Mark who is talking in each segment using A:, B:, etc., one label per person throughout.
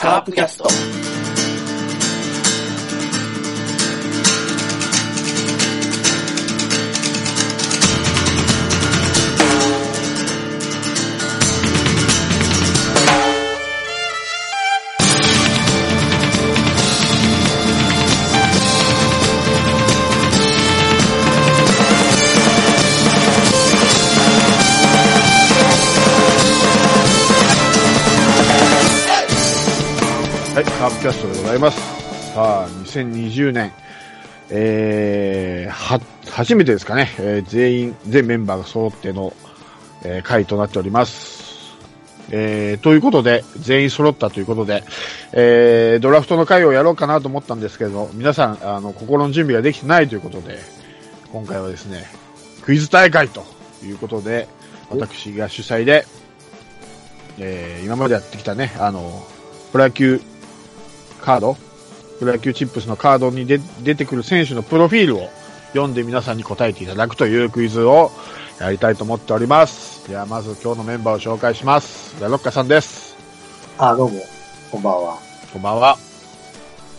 A: カープキャスト。
B: はい、カープキャストでございます。さあ、2020年、えー、は、初めてですかね、えー全員、全メンバーが揃っての、えー回となっております。えー、ということで、全員揃ったということで、えー、ドラフトの回をやろうかなと思ったんですけど、皆さん、あの、心の準備ができてないということで、今回はですね、クイズ大会ということで、私が主催で、えー、今までやってきたね、あの、プロ野球カード、プロ野球チップスのカードにで出てくる選手のプロフィールを読んで皆さんに答えていただくというクイズをやりたいと思っております。ではまず今日のメンバーを紹介します。ラロッカさんです。
C: あ、どうも、こんばんは。
B: こんばんは。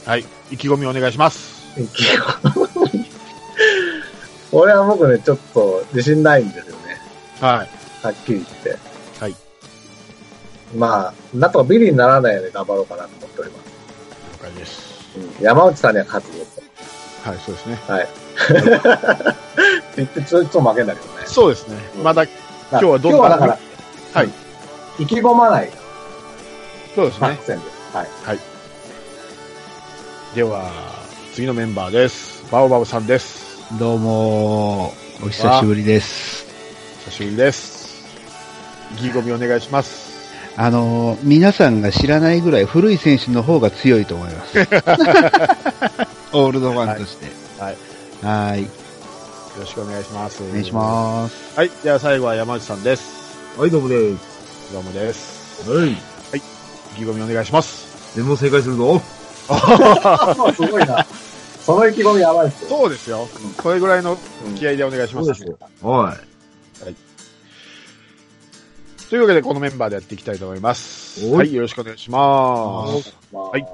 B: はい、意気込みお願いします。
C: 俺は僕ね、ちょっと自信ないんですよね。
B: はい。
C: はっきり言って。
B: はい。ま
C: まあ、なんとかビリにならないように頑張ろうかなと思っております。
B: あ、了解です。
C: うん、山内さんには勝つぞ
B: はい、そうですね。
C: と。言って、ちょいつも負けんだけどね。
B: そうですね。まだ、今日はどんな
C: 今日はだから、
B: はい、
C: 意気込まない
B: そうですね
C: 作。戦です。はい。
B: では、次のメンバーです。バオバオさんです。
D: どうもーお久しぶりです。
B: 久しぶりです。意気込みお願いします。
D: あのー皆さんが知らないぐらい古い選手の方が強いと思います。オールドファンとして。
B: はい。
D: はーい。
B: よろしくお願いします。
D: お願いします。
B: す。はい、では最後は山内さんです。
E: はい、どうもです。
B: どうもです。
E: はい。
B: 意気込みお願いします。
E: 全問正解するぞ。
C: あ、そう すごいな。その意気込みやばいですよ。
B: そうですよ。これぐらいの
C: うん
B: 気合でお願いします。
E: そうは
B: というわけで、このメンバーでやっていきたいと思います。
E: おい
B: はい、よろしくお願いします。
C: まあ、
B: はい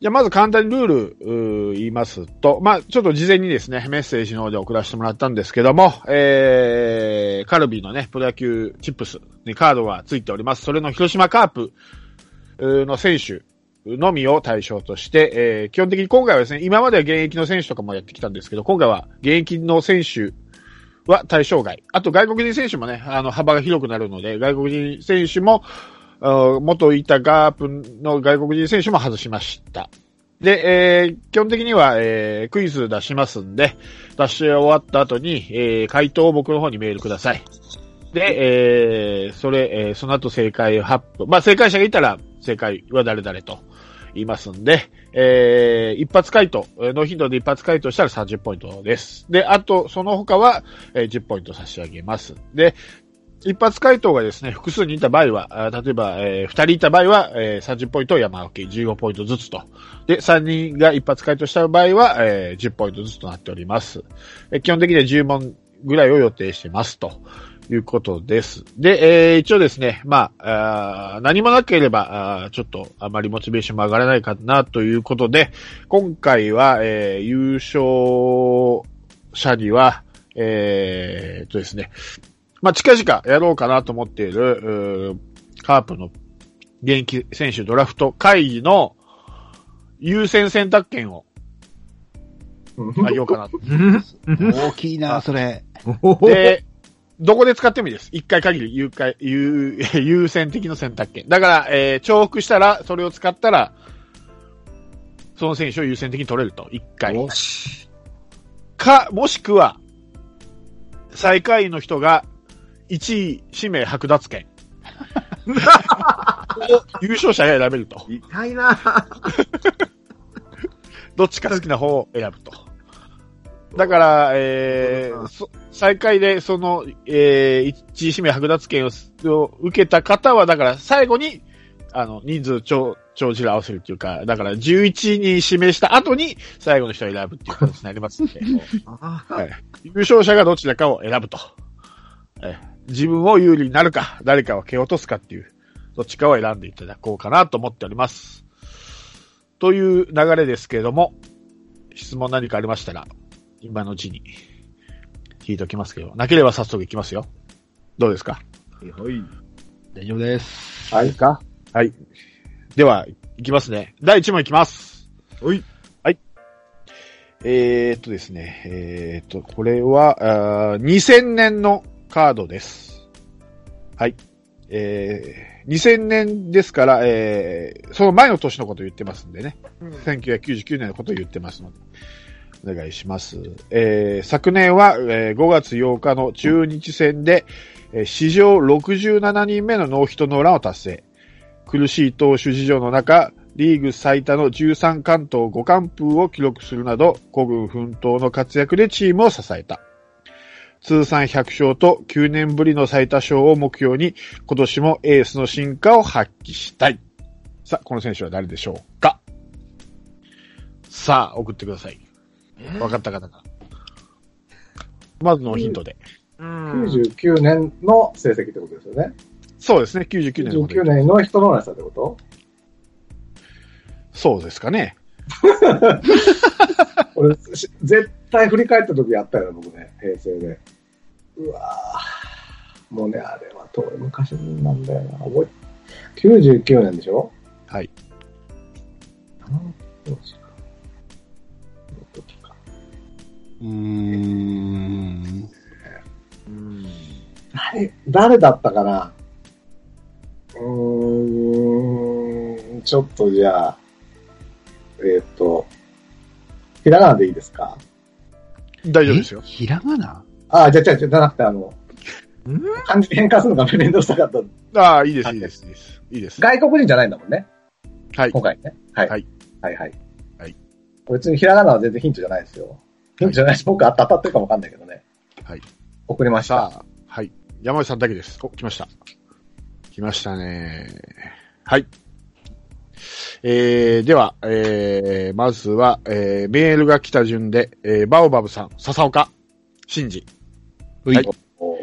B: じゃあ、まず簡単にルールうー言いますと、まあ、ちょっと事前にですね、メッセージの方で送らせてもらったんですけども、えー、カルビーのね、プロ野球チップスにカードが付いております。それの広島カープうーの選手のみを対象として、えー、基本的に今回はですね、今までは現役の選手とかもやってきたんですけど、今回は現役の選手は対象外。あと外国人選手もね、あの、幅が広くなるので、外国人選手も、あの元いたガープの外国人選手も外しました。で、えー基本的には、えークイズ出しますんで、出し終わった後に、えー回答を僕の方にメールください。で、えーそれ、えーその後正解発表。まあ、正解者がいたら、正解は誰々と言いますんで、えー一発回答、えーノーヒントで一発回答したら30ポイントです。で、あと、その他は、えー10ポイント差し上げます。で、一発回答がですね、複数人いた場合は、あ例えば、えー二人いた場合は、えー30ポイントを山分け、15ポイントずつと。で、三人が一発回答した場合は、えー10ポイントずつとなっております。えー基本的には10問ぐらいを予定してますと。いうことです。で、えー一応ですね、まあ、あー何もなければ、あーちょっとあまりモチベーションも上がらないかなということで、今回は、えー優勝者には、えーっとですね、まあ、近々やろうかなと思っている、うーカープの現役選手ドラフト会議の優先選択権をあげようかなと。
E: い。うん
D: 大きいな、それ。
E: おほ
B: で、どこで使ってもいいです。一回限り優 解優優先的な選択権。だから、えー重複したら、それを使ったら、その選手を優先的に取れると。一回。
E: よし。
B: か、もしくは、最下位の人が、1位、指名剥奪 権。優勝者が選べると。
E: 痛いな
B: どっちか好きな方を選ぶと。だから、えー、そ最下位でその、えー、一位指名剥奪権をを受けた方は、だから最後に、あの、人数帳、帳尻合わせるっていうか、だから11人指名した後に最後の人を選ぶっていうことになりますんで、
E: あ
B: はい優勝者がどちらかを選ぶと。えー自分を有利になるか、誰かを蹴落とすかっていうどっちかを選んでいただこうかなと思っております。という流れですけれども、質問何かありましたら、今のうちに聞いておきますけど、なければ早速いきますよ。どうですか
E: はい。
D: 大丈夫です。
C: はい。
B: かはい。では、いきますね。第1問いきます。
E: はい。
B: えー、っとですね、えー、っと、これは、あー2000年のカードです。はい。えー、2000年ですから、えー、その前の年のこと言ってますんでね。1999年のこと言ってますので。お願いします。えー、昨年は、えー5月8日の中日戦で、えー史上67人目のノーヒットノーランを達成。苦しい投手事情の中、リーグ最多の13関東5完封を記録するなど、古軍奮闘の活躍でチームを支えた。通算100勝と9年ぶりの最多勝を目標に、今年もエースの進化を発揮したい。さあ、この選手は誰でしょうかさあ、送ってください。わかった方が。まずのヒントで。
E: うん。
C: 99年の成績ってことですよね。
B: そうですね、99年のこと
C: 99年の人のーナってこ
B: そうですかね。
C: と俺、し絶対振り返った時あったよ、僕ね、平成で。うわぁ。もうね、あれは遠い昔なんだよな。覚え99年でしょ
B: はい。
C: どうしようか
D: うーん。
C: 誰、誰だったかなうーん、ちょっとじゃあ、えーっ、と、ひらがなでいいですか
B: 大丈夫ですよ
D: え。ひらがな
C: あ、じゃあ、じゃあ、じゃあじゃなくて、あの
E: ん、
C: 漢字変換するのが面倒くさかった。
B: ああ、いいです、いいです、いいです。いいです。
C: 外国人じゃないんだもんね、
B: はい。
C: 今回ね。はい。
B: はい。
C: はい、はい。
B: はい
C: 別にひらがなは全然ヒントじゃないですよ。ヒントじゃないし、僕当たったってるかもわかんないけどね。
B: はい。
C: 送りました。
B: さあ、はい。山内さんだけです。お、来ました。来ましたね。はい。えー、では、えー、まずは、えー、メールが来た順で、えー、バオバブさん、笹岡、真治。
D: うい
B: はい
C: おー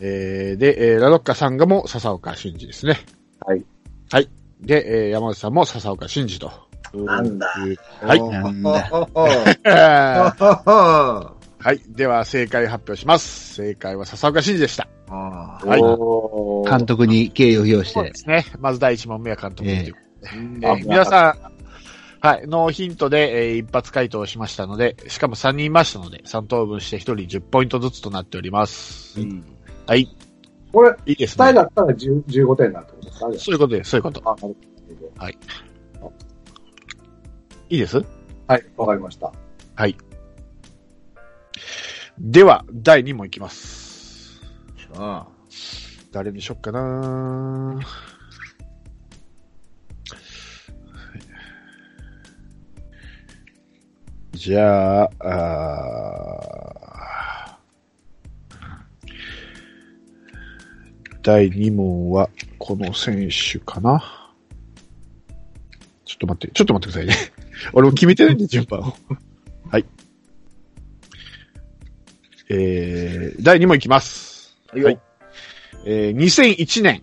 B: えー、で、えー、ラドッカさんがも笹岡真治ですね。
C: はい。
B: はい。で、えー、山内さんも笹岡真治と。
C: なんだ
B: いうはい。
D: なんだ
B: は
E: あ
B: い。では、正解発表します。正解は笹岡真治でした。
E: あ。
B: はい
C: おー
D: 監督に敬意を表し
B: そう
D: て
B: で。すね。まず第一問目は監督というえ
C: あ
B: ー皆さん、はい、ノーヒントで、えー一発回答しましたので、しかも3人いましたので、3等分して1人10ポイントずつとなっております。
D: うん
B: はい、
C: これ、
B: いいです
C: 伝え
B: ね。
C: だったら10 15点になるってことですか
B: そういうことです、そういうこと。
C: あ、なるほど。
B: いいです
C: はい、わかりました。
B: はい。では、第2問いきます。
E: あ
B: 誰にしよっかなじゃあ、あー第2問はこの選手かなちょっと待って、ちょっと待ってくださいね。 俺も決めてないんで、順番を。 はい。えー、第2問いきます。
E: いよ
B: はい。えー、2001年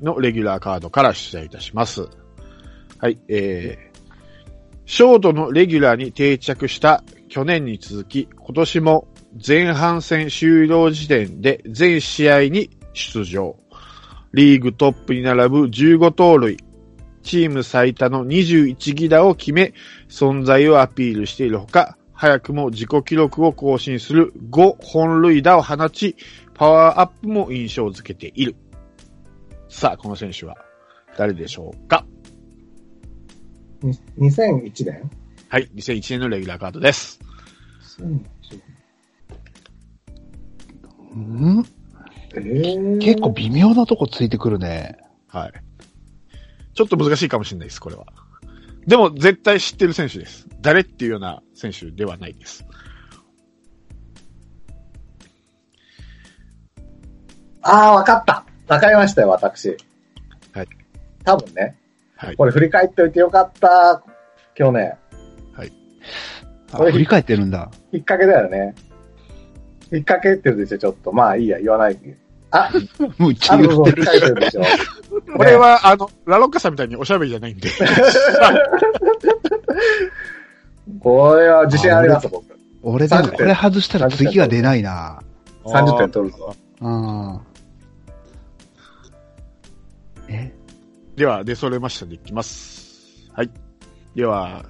B: のレギュラーカードから出題いたします。はい、えー、ショートのレギュラーに定着した去年に続き、今年も前半戦終了時点で全試合に出場。リーグトップに並ぶ15盗塁、チーム最多の21ギダを決め、存在をアピールしているほか、早くも自己記録を更新する5本塁打を放ち、パワーアップも印象づけている。さあ、この選手は誰でしょうか
C: に2001年
B: はい、2001年のレギュラーカードです。
D: うん
C: えー
D: 結構微妙なとこついてくるね。
B: はい。ちょっと難しいかもしれないです、これは。でも、絶対知ってる選手です。誰っていうような選手ではないです。
C: ああ、わかった。わかりましたよ、私。
B: はい。
C: 多分ね、
B: はい。
C: これ振り返っておいてよかった。今日ね、
D: あ
C: これ
D: 振り返ってるんだ。
C: 引っ掛けだよね。引っ掛けてるでしょ、ちょっと。まあいいや、言わない。あ、
D: もう一
C: あ
D: 応
C: る
D: 言
C: の
D: っ
C: 引
D: て
C: っ
D: る。
C: 掛けてるでしょ。
B: これは、あの、ラロッカさんみたいにおしゃべりじゃないん で。
C: これは自信あります、僕。
D: 俺でも
C: 30
D: これ外したら次が出ないな。
C: 30点取るぞ。
D: うん。え
B: では、出揃えましたんでいきます。はい。では、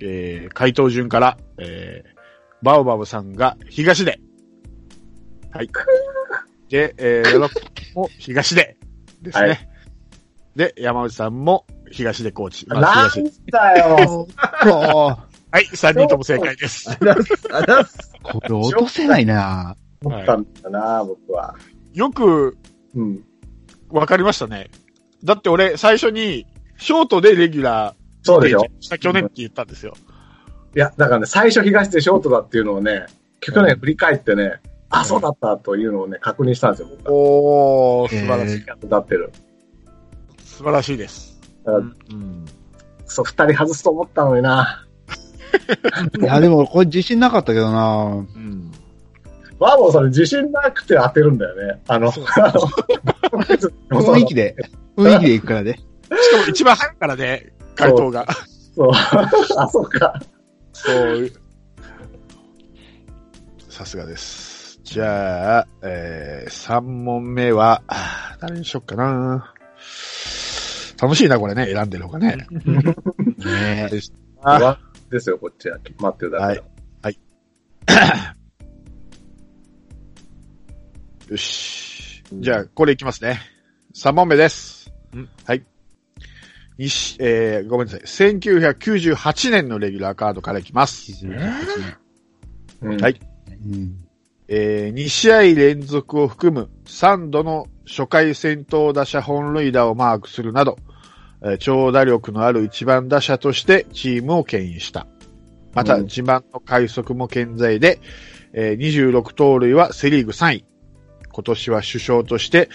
B: えー、回答順から、えー、バオバブさんが東で。はい。で、えー、ヨロッコも東で。ですね。
C: はい
B: で、山内さんも東でコーチ。まあ
C: なん
B: 東で
C: だよ。
D: おー
B: はい、3人とも正解です。
E: あらす、あらす。
D: これ落とせない な。
C: 思ったんだな、僕は。
B: よく
C: うん。
B: わかりましたね。だって俺、最初に、ショートでレギュラー、
C: そうでしょ。
B: した去年って言ったんですよ。
C: いや、だからね、最初東でショートだっていうのをね、去年振り返ってね、あ、そうだったというのをね、確認したんですよ、僕は。
B: おー、素
D: え
B: 晴らしい。
D: ー
C: だってる。
B: 素晴らしいです。
E: うん。
C: そう、二人外すと思ったのにな。
D: いや、でもこれ自信なかったけどな。
E: うん。
C: バーボンそれ自信なくて当てるんだよね。あの、あの
D: 雰囲気 で、雰囲気でいくからね。
B: しかも一番早いからね、回答が。
C: そう。あ、そうか。
B: そう。さすがです。じゃあ、えー、3問目は、あー誰にしよっかな。楽しいな、これね、選んでる方がね。
D: ね
B: あ
C: 不安ですよ、こっちは。待ってるだけだ。
B: よし。じゃあ、これいきますね。3問目です
E: うん。
B: はい。西、えー、ごめんなさい。1998年のレギュラーカードからいきます。
C: うん
B: はい
D: うん。
B: えー2試合連続を含む3度の初回先頭打者本塁打をマークするなど、えー長打力のある一番打者としてチームを牽引した。また、
C: うん
B: 自慢の快速も健在で、えー26盗塁はセリーグ3位。今年は首相として、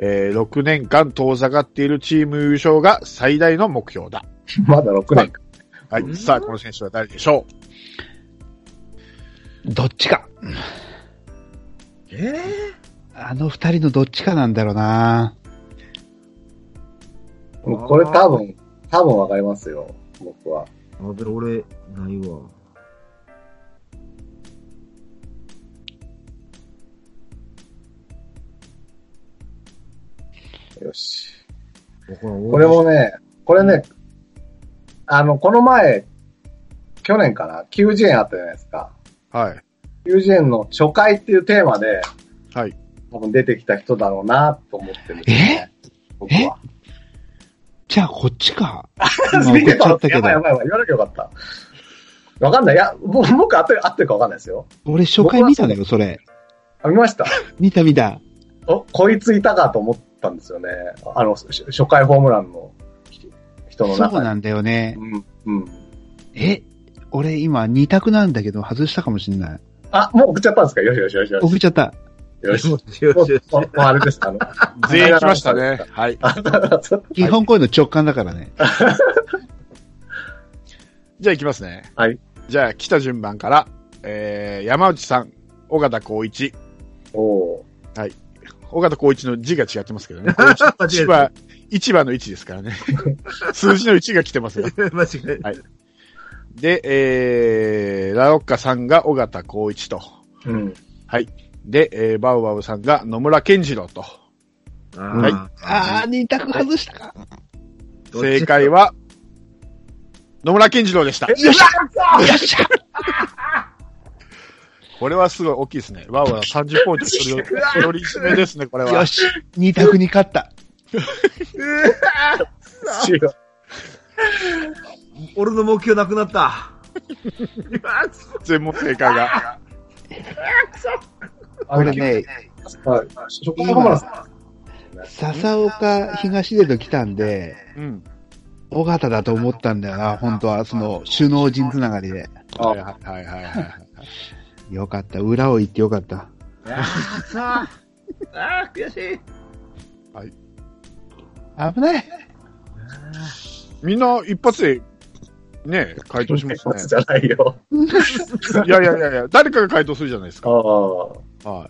B: えー6年間遠ざかっているチーム優勝が最大の目標だ。
C: まだ6年か。
B: は
E: う
B: い。
E: ん
B: さあ、この選手は誰でしょ
D: どっちか。
E: えー
D: あの二人のどっちかなんだろうな。
C: もうこれ多分、多分わかりますよ、僕は。
E: あ、でも俺、ないわ。
C: よし。こ
E: こ
C: れもね、これね、あの、この前、去年かな、90円あったじゃないですか。
B: うはい。
C: 90円の初回っていうテーマで、
B: はい。
C: 多分出てきた人だろうなと思ってるんですね。僕は。
D: じゃあこっち か。
C: やば
D: 今送
C: いや
D: っちゃっ
C: ば
D: た
C: い
D: け
C: や
D: ど
C: ばい、。やばい言わなきゃよかった。わかんない。いや、ぼ僕合ってる、合ってるかわかんないですよ。
D: 俺初回見たのよ、それ。
C: あ、見ました。
D: 見た見た。
C: お、こいついたかと思ったんですよね。あの、し初回ホームランの人の
D: そう
C: 中に。
D: なんだよね。
C: うん、うん。
D: え俺今二択なんだけど外したかもしんない。
C: あ、もう送っちゃったんですかよしよしよしよし。
D: 送っちゃった。
C: よし。
E: よしよ
C: も
E: しよ
C: う
E: し。
C: もうあれです、あの、
B: 全員来ましたね。はい。
D: 基本こういうの直感だからね。
B: じゃあ行きますね。
C: はい。
B: じゃあ来た順番から、えー、山内さん、尾形光一。
C: お お
B: 尾形光一の字が違ってますけどね。
E: 間違
B: 一
E: えた
B: 番、一番の位置ですからね。数字の1が来てますよ。
E: 間違えた。
B: で、えー、ラロッカさんが尾形光一と。
C: ー。うん。
B: で、えー、バウバウさんが野村健次郎と。
D: はい
E: あ
D: あー、二択外したか。
E: ー
B: 正解。は、野村健次郎でした。
D: よっしゃ
B: これはすごい大きいですね。バウバウさん30ポイント取り、取り締めですね、これは
D: よ。し二択に勝った。
C: 違う
E: 俺の目標なくなった。
B: 全問正解が。
C: あ
D: 俺ね、
C: はい。食感ホームランさん。
D: 笹岡東出と来たんで、
B: うん。
D: 尾形だと思ったんだよな、本当は、その、首脳陣つながりで。
C: あ
B: はいはいはいはいはい。
D: よかった、裏を行ってよかった。
E: ああ、悔しい。
D: 危ない
B: みんな一発で、ね、回答します
C: 一つじゃないよ。
B: ね。いやいやいやいや、誰かが回答するじゃないです
C: あ
B: か。
C: あ。
B: は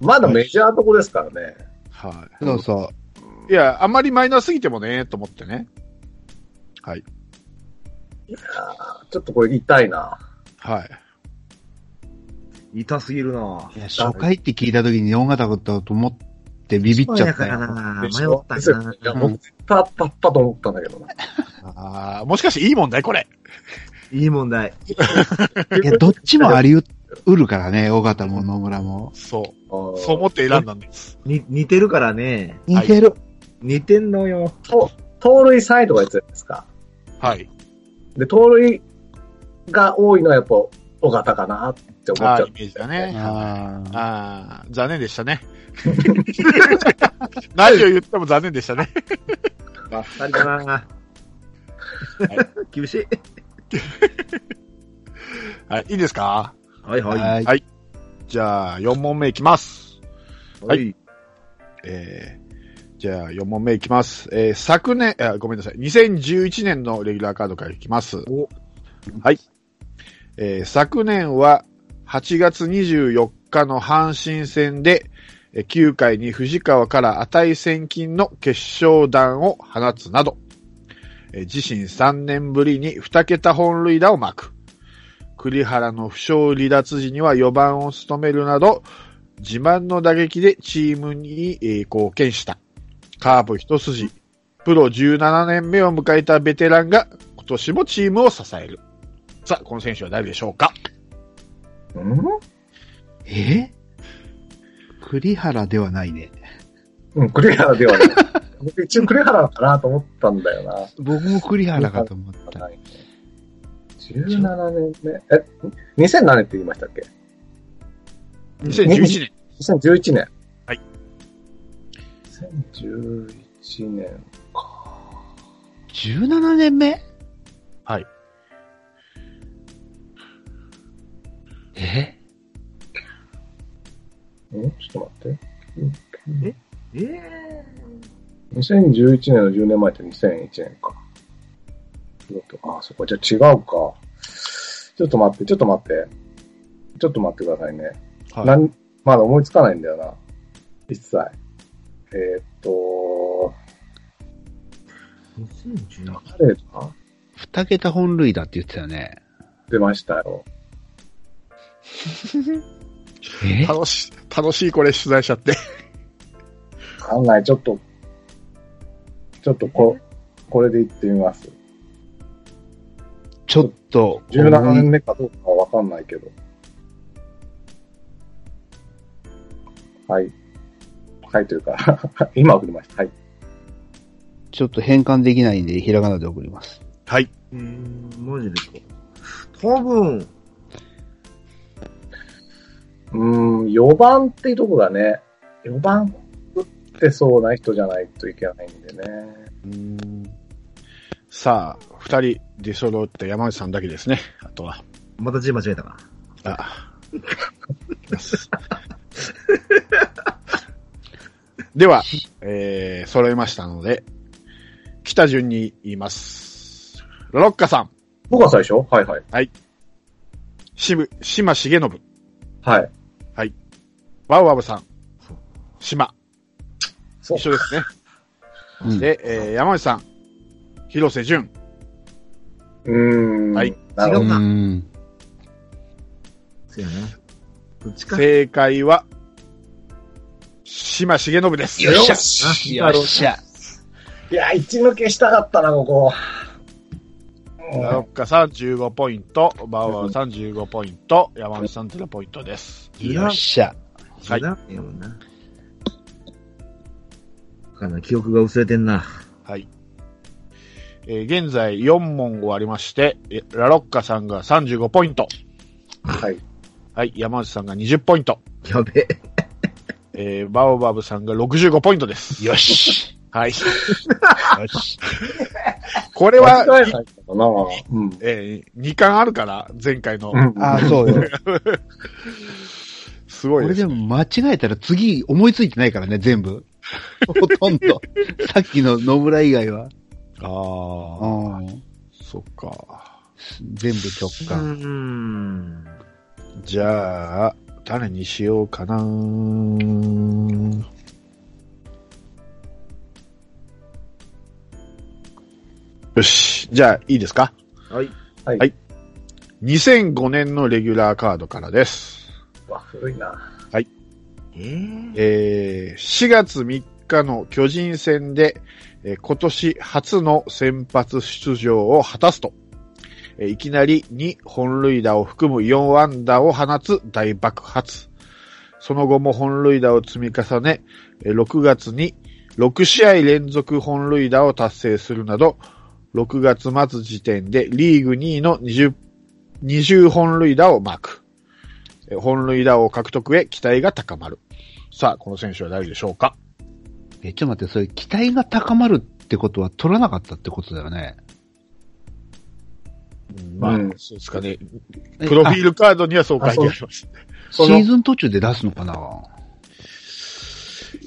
C: まだメジャーとこですからね。
B: い。は
D: そうそ
B: い。いや、あまりマイナーすぎてもね、と思ってね。
C: ちょっとこれ痛いな。
B: はい。
E: 痛すぎるなぁ。
D: いや、初回って聞いた時に4型だったと思ってビビっちゃった
E: そうやから
D: よ。
E: なぁ迷
B: でしょ
E: ったよ
C: いや、
E: なぁ。
C: 僕絶対あったったと思ったんだけ どな。
B: ああ、もしかしていい問題これ。
E: いい問題。
D: いや、どっちもありう るからね、大型も野村も。
B: そう。
C: あー
B: そう思って選んだんです。
E: に、似てるからね。
D: 似てる。
E: 似てんのよ。
C: と盗塁サイドがやつじゃないですか。
B: はい。
C: で、盗塁が多いのはやっぱ、尾形かなって思っち
B: ああ
C: ゃ
B: ー、
C: う
B: イ。メージだね。
D: ああ。
B: ああ、残念でしたね。 何を言っても残念でしたね。
E: ばっさ りだなぁ。厳しい。
B: はい、いいですか
E: はいは
D: はい。
B: じゃあ、4問目いきます。
E: い。
B: はい。えー、じゃあ、4問目いきます。えー、昨年、あごめんなさい。2011年のレギュラーカードからいきます。
E: お
B: はい。えー、昨年は8月24日の阪神戦で、えー9回に藤川から値千金の決勝弾を放つなど、えー自身3年ぶりに2桁本塁打をマーク。栗原の負傷離脱時には4番を務めるなど、自慢の打撃でチームにえー貢献した。カープ一筋、プロ17年目を迎えたベテランが今年もチームを支える。さあ、この選手は誰でしょうか
C: うん
D: え栗原ではないね。
C: うん、栗原ではない。僕一応栗原かなと思ったんだよな。
D: 僕も栗原かと思った。
C: 17年目。え、2007年って言いましたっけ
B: ?2011 年。
C: ?2011 年。
B: はい。
C: 2011年。
D: 17年目
B: はい。
D: え
C: んちょっと待って。
E: えー
C: 2011年の10年前と2001年か。あ、そこじゃあ違うか。ちょっと待って、ちょっと待って。ちょっと待ってくださいね。な
B: はい。
C: んまだ思いつかないんだよな。一切。えーっと、
E: 2017
C: 誰だ
D: 二桁本塁打って言ってたよね。
C: 出ましたよ。
D: え
B: 楽しい、楽しいこれ取材しちゃって。
C: 考え、ちょっと、ちょっとこ、これでいってみます。
D: ちょっと、
C: 17年目かどうかはわかんないけど。はい。はい、というか、 今送りました。はい。
D: ちょっと変換できないんで、ひらがなで送ります。
B: はい。
E: うーん、マジでか。多分、
C: うーん、4番っていうとこがね、4番打ってそうな人じゃないといけないんでね。
B: さあ、二人出揃った山内さんだけですね。あとは。
E: また字間違えたな。
B: あ いきますでは、えー、揃えましたので、来た順に言います。ロッカさん、
C: 僕は最初はいはい。
B: しぶ、島重信、
C: はい。
B: ワウワブさん
E: そう、
B: 島、
C: そう
B: 一緒ですね。
D: うん
B: で、えー、山内さん、広瀬淳、
C: うーん。
B: はい。
C: なる
E: 違
C: ほ
E: う
C: ど。
D: ん。
E: そうやね。どっちか。
B: 正解は、島重信です。
D: よっしゃ
E: し
D: よっしゃ。
C: いや、一抜けしたかったな、ここ。うん
B: ラロッカさん15ポイント、バウアーさん15ポイント、山内さん0ポイントです。
E: い
D: よ
E: や
D: っ、しゃ。
B: はい
E: い。やもんな。かな、記憶が薄れてんな。
B: はい。えー現在4問終わりまして、えラロッカさんが35ポイント、
C: はい。
B: はい、山内さんが20ポイント、
E: やべえ。
B: えーバオバブさんが65ポイントです。
D: よし。
B: はい。
D: よし。
B: これは、
C: 間違えないかな。うん。
B: え2巻あるから、前回の。
D: あー、 そうよ。
B: すごい
D: 俺
B: です
D: でも間違えたら次思いついてないからね、全部。ほとんど。さっきの野村以外は。
B: ああ、
D: うん。
B: そっか。
D: 全部直
E: う
D: 感。
E: ーん。
B: じゃあ、誰にしようかなよし。じゃあ、いいですか
E: はい。
B: 2005年のレギュラーカードからです。
C: うわ、古いな。
E: えー、
B: えー4月3日の巨人戦で、えー今年初の先発出場を果たすと、えーいきなり2本塁打を含む4安打を放つ大爆発。その後も本塁打を積み重ね、えー6月に6試合連続本塁打を達成するなど、6月末時点でリーグ2位の 20, 20本塁打をマーク。えー本塁打王獲得へ期待が高まる。さあ、この選手は誰でしょうか
D: え、ちょっと待って、それ期待が高まるってことは取らなかったってことだよね。
B: まあ、
C: うん
B: そうですかね。
D: え
B: プロフィールカードにはそう書いてあります。
D: あシ
C: その
D: ーズン途中で出すのかな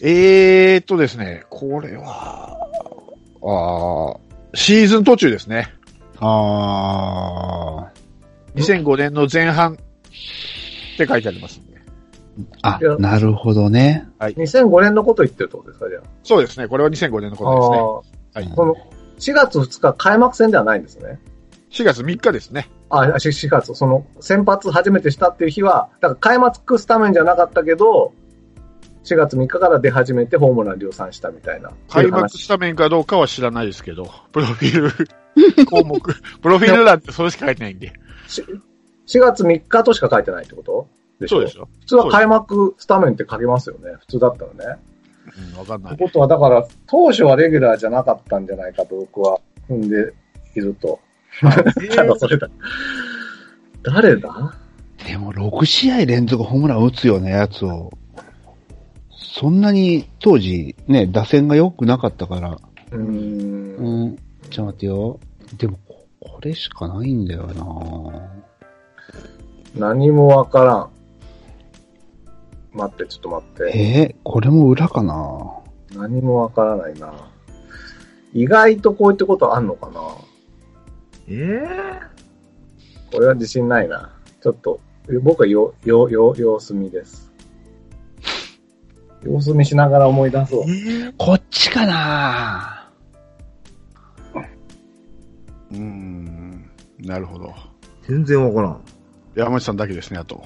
B: えーっとですね、これは、あーシーズン途中ですね。
D: あ
B: 2005年の前半って書いてありますんで。
D: ー。あ、なるほどね。
C: 2005年のこと言ってるってことですか、じゃあ。
B: そうですね、これは2005年のこ
C: あー
B: はい
C: この4月2日開幕戦ではないんです
B: と
C: ね。
B: ですね。4月3日ですね。
C: あ、あし4月、その先発初めてしたっていう日は、だから開幕スタメンじゃなかったけど、4月3日から出始めてホームラン量産したみたいな。
B: 開幕スタメンかどうかは知らないですけど、プロフィール項目、プロフィール欄ってそれしか書いてないんで。
C: 4月3日としか書いてないってことでしょ
B: そうですよ。
C: 普通は開幕スタメンって書けますよね。普通だったらね。
B: うん、わかんな
C: とい。
B: いう
C: ことは、だから、当初はレギュラーじゃなかったんじゃないかと僕は踏んでいると。ただそれだ。 誰だ
D: でも6試合連続ホームラン打つようなやつを、そんなに当時ね、打線が良くなかったから、
C: うーん。
D: うん、ちょっと待ってよ。でも、ここれしかないんだよな
C: 何もわからん。待って、ちょっと待って。
D: えーこれも裏かな
C: 何もわからないな。意外とこういったことあんのかな
E: えー、
C: これは自信ないな。ちょっと、僕はよ、よ、よ、様子見です。様子見しながら思い出そう。
D: こっちかな
B: うん、なるほど。
E: 全然わからん。
B: 山内さんだけですね、あと。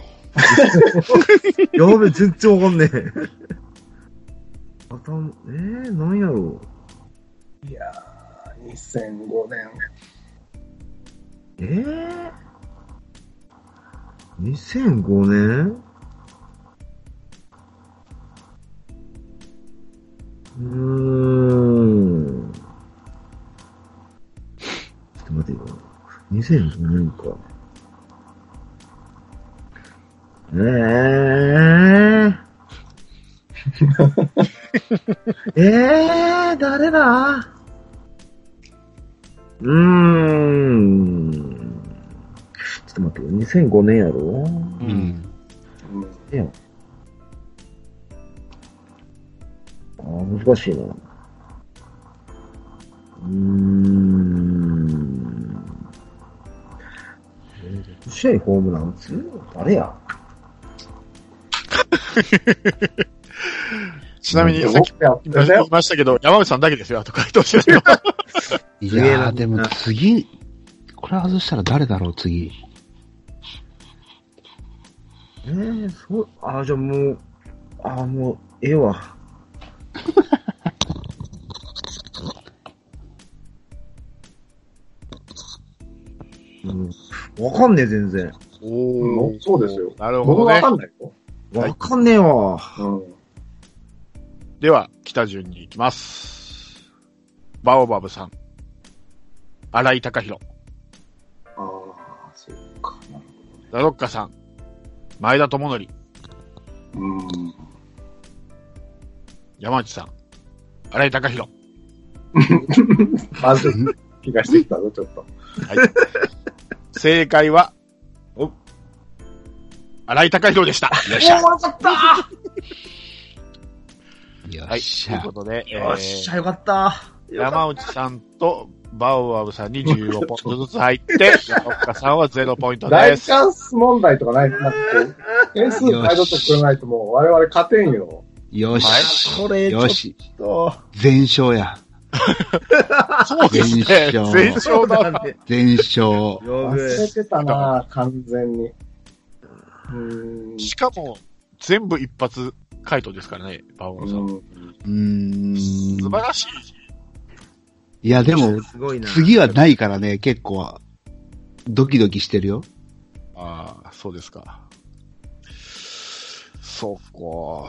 E: やべ、全然わかんねえ。頭、えー、なんやろ
C: いやー、2005年。
E: う。えー、2005年うーん。ちょっと待ってよ。2005年か。えー。えー、誰だうーん。ちょっと待ってよ、2005年やろ
B: う
D: う。
B: ん
C: うん
E: あー難しいな。うーん。えー、試合ホームラン打つ誰や
B: ちなみに、
C: 僕
B: さっき
C: や
B: 言
C: だよ
B: いましたけど、山内さんだけですよ、あと回答して るの。
D: い
E: すげえ
D: や
E: な
D: ー、でも次、これ外したら誰だろう、次。
E: えー、そう、あー、じゃあもう、あー、もう、ええわ。うん、わかんねえ、全然。
B: お
C: うんそうですよ
B: なるほ
C: 僕
B: ど
C: わ
B: ね
C: か。んないよ。
E: わかんねえわ。
C: うん。
B: では、北順に行きます。バオバブさん。荒井隆弘。
C: ああ、そうか。なる
B: ラロッカさん。前田智則。
C: ほど。うん。
B: 山内さん。荒井隆弘。
C: まずい気がしてきたぞ、ちょっと。
B: はい。正解は、お荒井隆弘でした。
D: よっしゃ
E: わかった
D: よ
B: は
D: っ
B: い。
D: し
B: という
D: ゃ
B: こ。とで、
E: よっしゃ、よかった。
B: えー山内さんとバオバブさんに15ポイントずつ入 って、ラロッカさんは0ポイント
C: 大
B: です
C: チ。ャンス問題とかない、なんかこう、点数変えとってくれないともう我々勝てんよ。
D: よし。
E: これ、ちょ
D: よ
E: っ
D: し。
E: と、
D: 全勝や。
B: そうですね。
D: 全勝
B: 全勝だ。
E: なんで。
D: 全勝。
E: 呼
C: 忘れ
E: ぶ。
C: てたな完全に。うーん。
B: しかも、全部一発回答ですからね、バオンさん。
C: うん
D: うーん。
B: 素晴らしい。
D: いや、でも、
E: すごいな。
D: 次はないからね、結構、ドキドキしてるよ。
B: ああ、そうですか。そう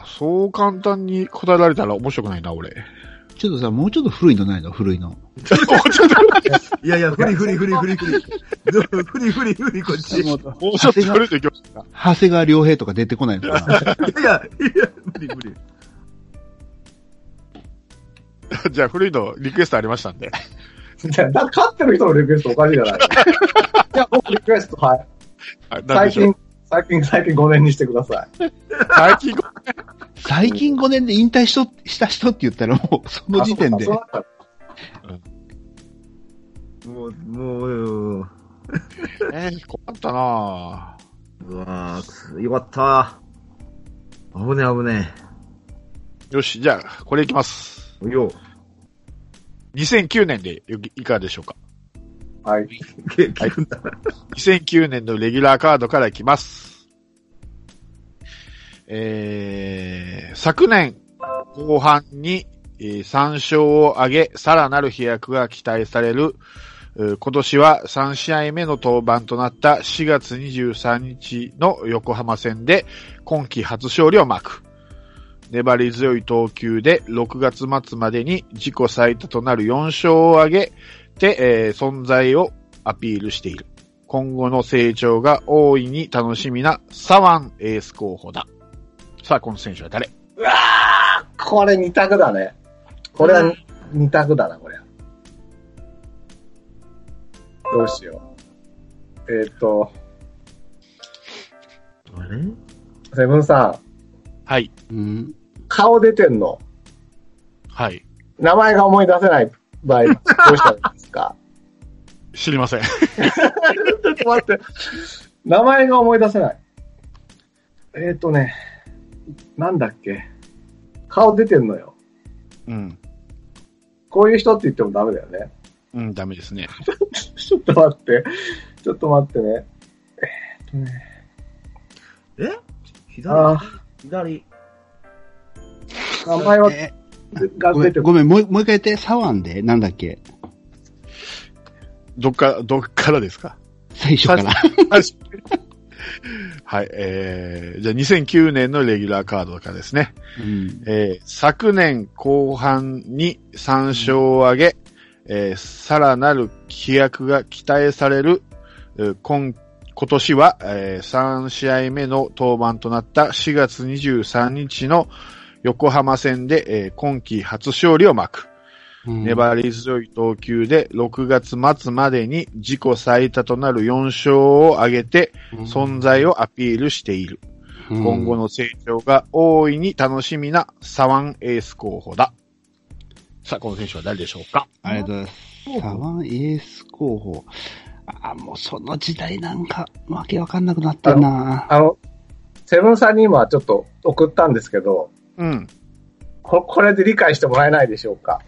B: か。そう簡単に答えられたら面白くないな、俺。
D: ちょっとさ、もうちょっと古いのないの古いの。
E: いやいや、ふりふりふりふりふり。ふりふりふりこっち。い
D: もう
B: もうちょっと古いといきますか。
D: 長谷川良平とか出てこないのか な
E: やいや、いや、ふりふり。
B: じゃあ古いのリクエストありましたんで。
C: いやだ勝ってる人のリクエストおかしいじゃない いや、僕リクエスト、はい。
B: はいなん
C: 最
B: でしょう
C: 近、最近、最近5年にしてください。
B: 最近、
D: 最近5年で引退しと、した人って言ったらもう、その時点で
C: あ。そうか
E: もう、もう、
B: えー、困ったなぁ
E: うわぁ、よかった。危ね危ね。
B: よし、じゃあ、これいきます。
E: およ。
B: 2009年でよいかがでしょうか
C: そうかはい。
E: け、けんだ。
B: 2009年のレギュラーカードからいきます。えー、昨年後半に、えー3勝を挙げ、さらなる飛躍が期待される、えー今年は3試合目の登板となった4月23日の横浜戦で今季初勝利をマーク。粘り強い投球で6月末までに自己最多となる4勝を挙げて、えー存在をアピールしている。今後の成長が大いに楽しみなサワンエース候補だ。さあ、この選手は誰
C: うわーこれ2択だね。これは2択だな、これ。どうしよう。えーっ、と、
E: あれ
C: セブンさ
B: はい。
D: うん。
C: ん、顔出てんの。
B: はい。
C: 名前が思い出せない場合、どうしたらいいですか
B: 知りません。
C: ちょっと待って。名前が思い出せない。えーっ、とね、なんだっけ。顔出てんのよ。
B: うん。
C: こういう人って言ってもダメだよね。
B: うん、ダメですね。
C: ちょっと待って。ちょっと待ってね。えーっとね。
E: え
C: あ
E: 左左。
C: 名前は
D: え
C: が
D: ご
C: 出
D: めん
C: てこ
D: ごめん、もうもう一回言って、サワンで、なんだっけ
B: どっか、どっからですか
D: 最初から。
B: はい。えー、じゃあ2009年のレギュラーカードからですね。
D: うん。
B: えー昨年後半に3勝を挙げ、えーさらなる飛躍が期待される、えー今今年は、え3試合目の登板となった4月23日の横浜戦で、えー今季初勝利をマーク。
D: うん
B: 粘り強い投球で6月末までに自己最多となる4勝を挙げて存在をアピールしている。
D: うん
B: 今後の成長が大いに楽しみなサワンエース候補だ。さあ、この選手は誰でしょうか
D: ありがとうございます。サワンエース候補。あ、もうその時代なんか、わけわかんなくなってんな
C: あの、セブンさんに今ちょっと送ったんですけど、
B: うん。
C: ここれで理解してもらえないでしょうか。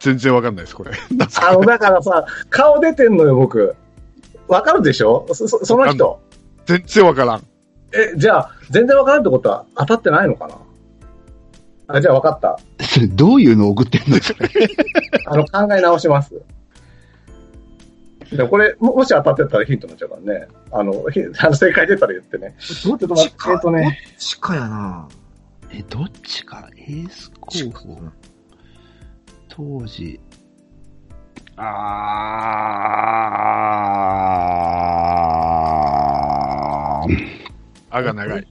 B: 全然わかんないです、これ。 なんすか
C: あの、だからさ、顔出てんのよ、僕。わかるでしょそそその人。
B: 全然わからん。
C: え、じゃあ、全然わからんってことは当たってないのかなあ、じゃあわかった。
D: それどういうの送ってんのそれ。
C: あ の、考え直します。でもこれも、もし当たってたらヒントになっちゃうからね。あの、ひ あの正解出たら言ってね。
E: どっ
C: ちょっと待ってえっとね。
E: どっちかやな
D: え、どっちか、エース候補。当時。あー。
B: あが長い。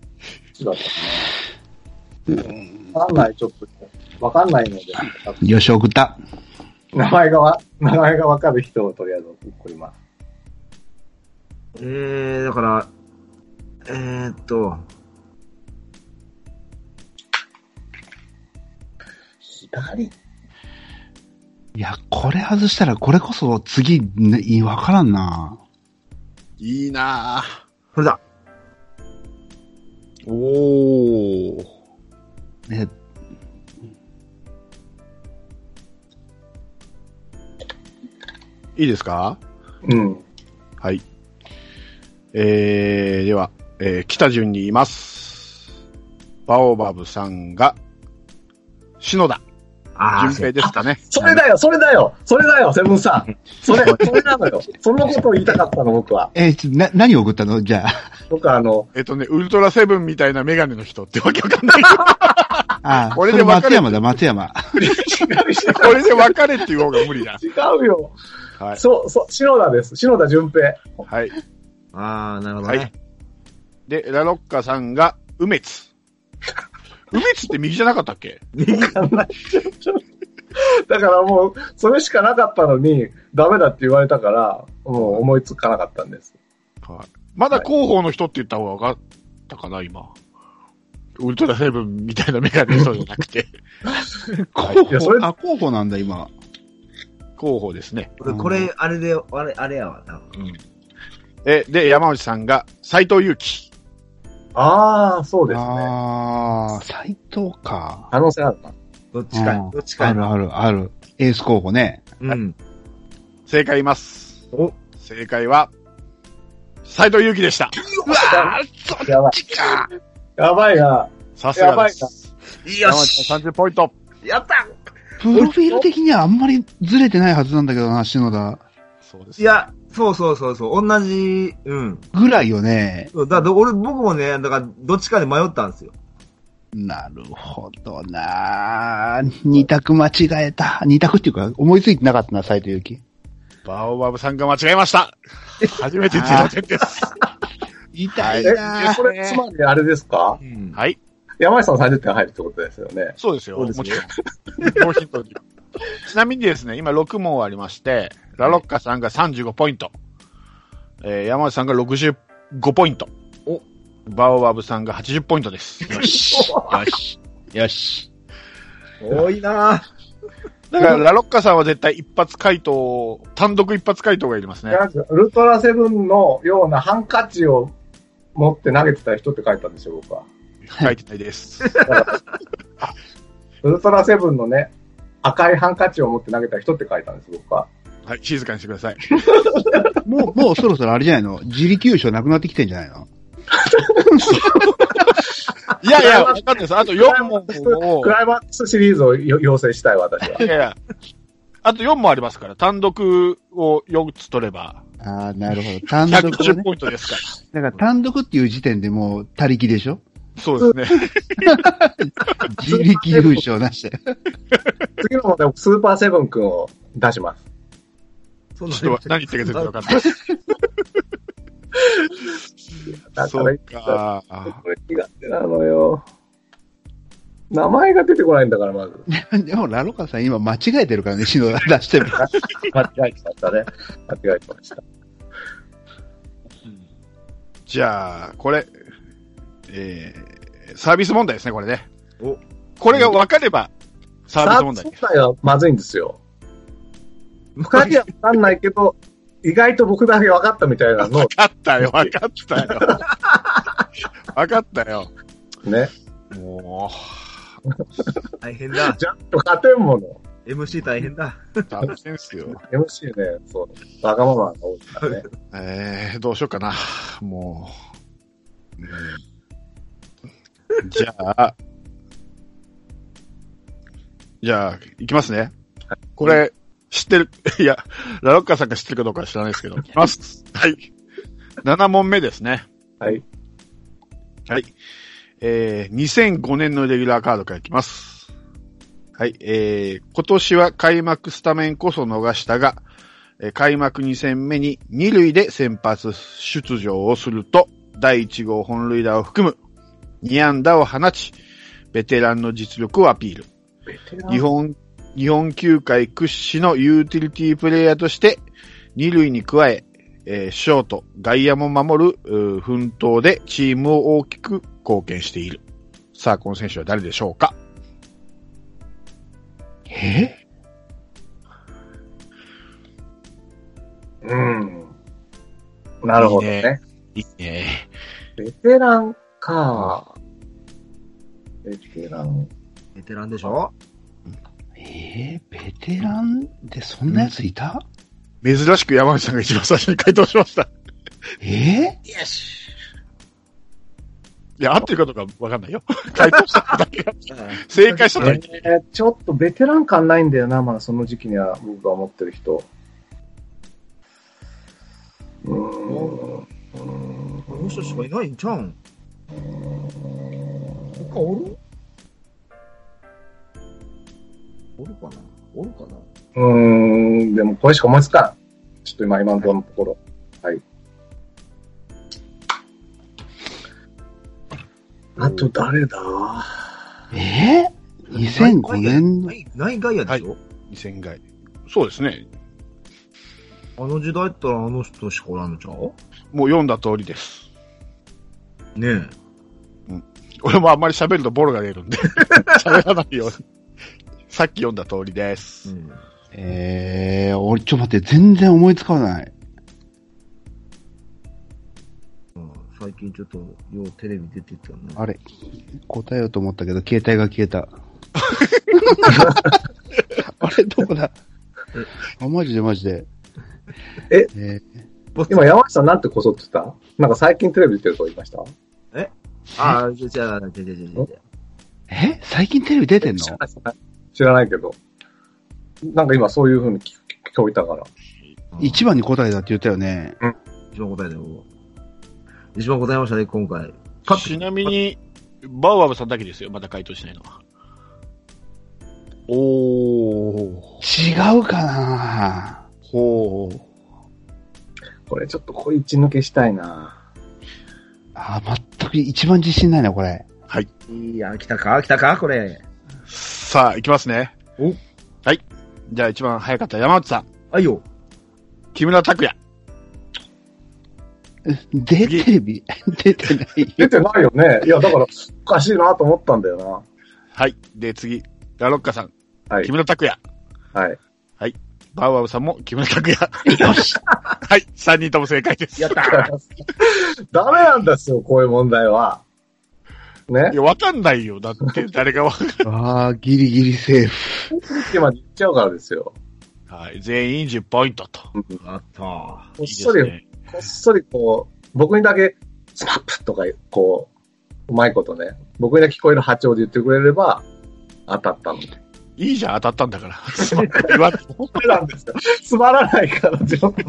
C: どっちだったかなわかんない、ちょっと。わかんないので。
D: よし、送った。
C: 名前がわ、名前がわかる人をとりあえず送ります。
E: えー、だから、えーっと、
C: 左
D: いや、これ外したら、これこそ次、ねいいわからんな。
B: いいなぁ。
E: これだ。
B: おー。
D: ね、
B: いいですか
C: うん。
B: はい。えー、では、えー、来た順に言います。バオバブさんが、篠田、
E: あ
B: 純
E: あ、
B: 平ですかね。
C: それだよ、それだよ、それだよ、セブンさん。そ れ、それなのよ。そのことを言いたかったの、僕は。
D: えーちょな、何送ったのじゃあ。
C: 僕はあの、
B: えっとね、ウルトラセブンみたいなメガネの人ってわけわかんない。
D: あー、
B: 俺
D: 俺
B: で
D: で
B: 分か
D: 松
B: れて
D: 山だ、松 山。
B: これで分かれっていう方が無 理だ。
C: 違うよ。
B: はい。
C: そう、そう、篠田です。篠田純平。
B: はい。
E: ああ、なるほど
B: はい
E: ね。
B: で、ラロッカさんが、梅 津。梅津って右じゃなかったっけ
C: だからもう、それしかなかったのに、ダメだって言われたから、もう思いつかなかったんです。
B: はい。まだ広報の人って言った方が分かったかな、今。ウルトラセブンみたいなメガネの人じゃなく て、
D: 候
C: いやそれ
D: 補、あ、候補なんだ、今。
B: 広報ですね。
E: これ、これあれで、あれ、あれやわな。うん。
B: え、で、山内さんが、斎藤祐樹。
C: ああ、そうですね。
D: ああ、斎藤か。
C: 可能性あるな。
E: どっちか
D: う
E: に
D: ん、
E: どっちか
D: あ
E: に。
D: るあるある。エース候補ね。
E: うん。
B: 正解います。
E: お、
B: 正解は、斎藤祐樹でした。
C: やばい。やばいな。
B: さすがです。
E: よ
B: 山内
E: し
B: さん30ポイント。
E: やった
D: プロフィール的にはあんまりずれてないはずなんだけどな、篠田。
B: そうです。
E: いや、そうそうそう、そう同じ、うん。
D: ぐらいよね。
E: そうだから俺、僕もね、だから、どっちかで迷ったんですよ。
D: なるほどな二択間違えた。二択っていうか、思いついてなかったな、斎藤幸。
B: バオバブさんが間違えま した。初めて0点です。
D: 痛い
C: え、
D: な
C: これ、つまりあれですか
E: うん。
B: はい。
C: 山井さん30点入るってことですよね。
B: そうですよ。
E: そうです
B: も
E: よ
B: ちろん。ノーヒントに。 ちなみにですね、今6問ありまして、ラロッカさんが35ポイント、えー、山内さんが65ポイント、
E: お
B: バオバブさんが80ポイントです。
D: よし。よし。よし。
E: 多いな ぁ。
B: だから、ラロッカさんは絶対一発回答、単独一発回答がいりますね。
C: なんかウルトラセブンのようなハンカチを持って投げてた人って書いたんですよ、僕は。
B: 書いてない です。
C: ウルトラセブンのね、赤いハンカチを持って投げた人って書いたんです、僕は。
B: はい、静かにしてください。
D: もう、もうそろそろあれじゃないの自力優勝なくなってきてんじゃないの
B: いやいや、わかんないです。あと4問を
C: ク、ライマックスシリーズをよ要請したい、私 は。
B: いやいや、あと4問ありますから、単独を4つ取れば、
D: ああ、なるほど。単独、
B: 150
D: ね。
B: ポイントですか
D: だから単独っていう時点でもう、他力で しょ
B: ら。そうですね。
D: 自力優勝なしで。
C: 次の問題、スーパーセブン君を出します。
E: そ
B: ちょっと何言ってるか全然わかんない。
C: だか
B: そ
C: ら
B: う、か。
C: これ苦手なのよ。名前が出てこないんだから、まず。
D: でも、ラロカさん今間違えてるからね、篠田出してる。
C: 間違えてましたね。間違えてました。
B: じゃあ、これ、えー、サービス問題ですね、これね。
E: お
B: これが分かれば、サービス問題
C: サービス問題はまずいんです よ。二人は分かんないけど、意外と僕だけ分かったみたいなの
B: 分かったよ、分かったよ。分かったよ。
C: ね。
B: も
E: 大変だ。
C: ジャンプ勝てんもの。
E: MC 大変だ。
B: う、大変っすよ。
C: MC ね、そう。わがままが多いから ね。
B: えー、どうしようかな。もう。うんじゃあ、じゃあ、いきますね。これ、知ってる、 いや、ラロッカさんが知ってるかどうかは知らないですけど。いきます。はい。7問目ですね。
C: はい。
B: はい。えー、2005年のレギュラーカードからいきます。はい。えー、今年は開幕スタメンこそ逃したが、えー開幕2戦目に2塁で先発出場をすると、第1号本塁打を含む2安打を放ち、ベテランの実力をアピール。日本、日本球界屈指のユーティリティプレイヤーとして、二塁に加え、えーショート、外野も守る、うー奮闘でチームを大きく貢献している。さあ、この選手は誰でしょうか
D: え
C: うん。なるほど
B: いい
C: ね。
B: ねいいね。
C: ベテランか。ベテラン。
E: ベテランでしょ
D: えーベテランってそんなやついた、
B: 珍しく山内さんが一番最初に回答しました。
D: え
B: いや、合ってるかどうかわかんないよ。 回答しただけ。正解しただけ。
C: えーちょっとベテラン感ないんだよな、まだその時期には僕が思ってる人。うーん。
E: この人しかいないんちゃうん他おるおるかなおるかな
C: うーん、でもこれしか思いつかん。ちょっと今、今のところ。はい。あと誰だ
D: え ?2005 年
E: な
D: の、
E: いないガイアでしょ、
B: 2000回。そうですね。
E: あの時代ってあの人しかおらんのちゃう
B: もう読んだ通りです。
E: ね
B: 俺もあんまり喋るとボロが出るんで。 喋らないように。さっき読んだ通りで
E: え。
B: す
E: う。ん。
D: ええー、俺ちょっと待って、全然思いつかない。
E: うん最近ちょっと、ようテレビ出てたな。
D: あれ、答えようと思ったけど、携帯が消えた。 あれ、ど こだあ、マジでマジで。
C: え
D: えー
C: 今、山内さんなんてこそってたなんか最近テレビ出てると言いました
E: あー、じゃじゃじゃじゃじゃじゃじゃ。
D: え最近テレビ出てんの
C: 知らない知らないけど。なんか今そういうふうに聞聞こえたから。
D: 一
E: 番。
D: 番に答えだって言ったよね。
E: 一番答えだよ。一番答えましたね、今回。勝って
B: ちなみに、バウアブさんだけですよ。まだ回答しないのは。おー。
D: 違うかな
B: ほう。
C: これちょっとこれ一抜けしたいな
D: あ、全く一番自信ないな、これ。
E: いや、来たか来たかこれ。
B: さあ、いきますね。
E: お
B: はい。じゃあ一番早かった山内さん。
E: あいよ。
B: 木村拓哉。
D: で、
B: 次
D: テレビ出てない
C: 出てないよね。いや、だから、おかしいなと思ったんだよ
B: はい。で、次、ラロッカさん。
C: な。はい
B: 木。村拓哉。
C: はい。
B: バウアブさんも木村拓哉。
D: よし
B: はい。三人とも正解です。
E: やった
C: ダメなんですよ、こういう問題は。ね
B: い。や、わかんないよ。だって、誰がわかん
D: ああ、ギリギリセーフ。
C: 今言っちゃうからですよ。
B: はい。全員10ポイントと。
E: やった
C: こっ
B: いい
C: そ
B: です
C: り、
B: ね。
C: こっそりこう、僕にだけ、スマップとか、こう、うまいことね。僕にだけ聞こえる波長で言ってくれれば、当たったの。
B: いいじゃん、当たったんだから。 言わん
C: ダメなんですよ。つまらないから、ちょっと。く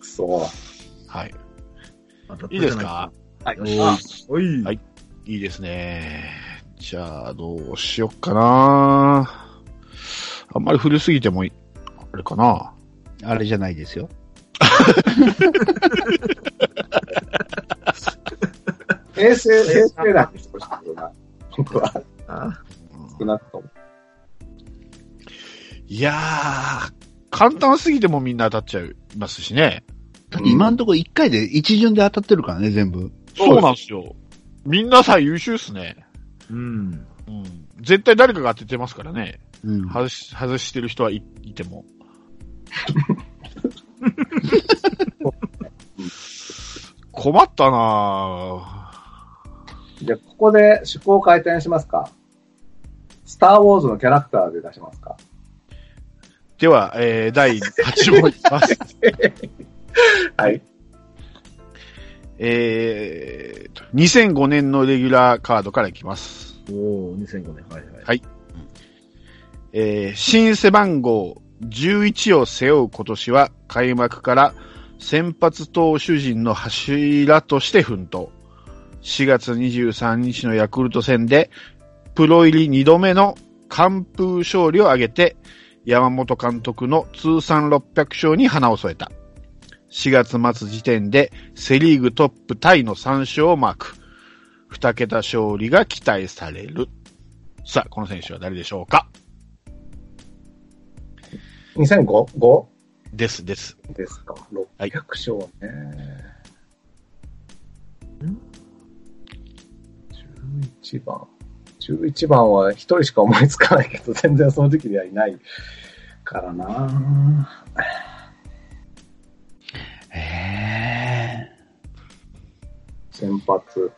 C: そ。
B: はい。
E: 当たった
B: いいですか
C: はい
E: よし。あおい。
B: はいいいですね。じゃあ、どうしよっかな。あんまり古すぎてもい、あれかな。
D: あれじゃないですよ。
C: 平成、平成なんですよ、僕は。
E: あ
C: 少なくとも。
B: いやー、簡単すぎてもみんな当たっちゃいますしね。
C: うん
D: 今んとこ一回で、一巡で当たってるからね、全部。
B: そうなんですよ。みんなさ、優秀っすね。
E: うん。
B: うん。絶対誰かが当ててますからね。
D: うん。
B: 外し、外してる人はい、いて も。困ったな
C: じゃあ、ここで趣向を回転しますかスターウォーズのキャラクターで出しますか
B: ぁでは、えー、第8問いき ます。
C: はい。
B: えーと、2005年のレギュラーカードからいきます。
E: おー、2005年。はいはい。
B: はいえー新背番号11を背負う今年は開幕から先発投手陣の柱として奮闘。4月23日のヤクルト戦でプロ入り2度目の完封勝利を挙げて山本監督の通算600勝に花を添えた。4月末時点でセリーグトップタイの3勝をマーク。2桁勝利が期待される。さあ、この選手は誰でしょうか
C: 2005?
B: です、です。
C: ですか。
B: はい
C: 600勝ね。11番。11番は一人しか思いつかないけど、全然その時にはいないからな
D: ええ
C: 先発。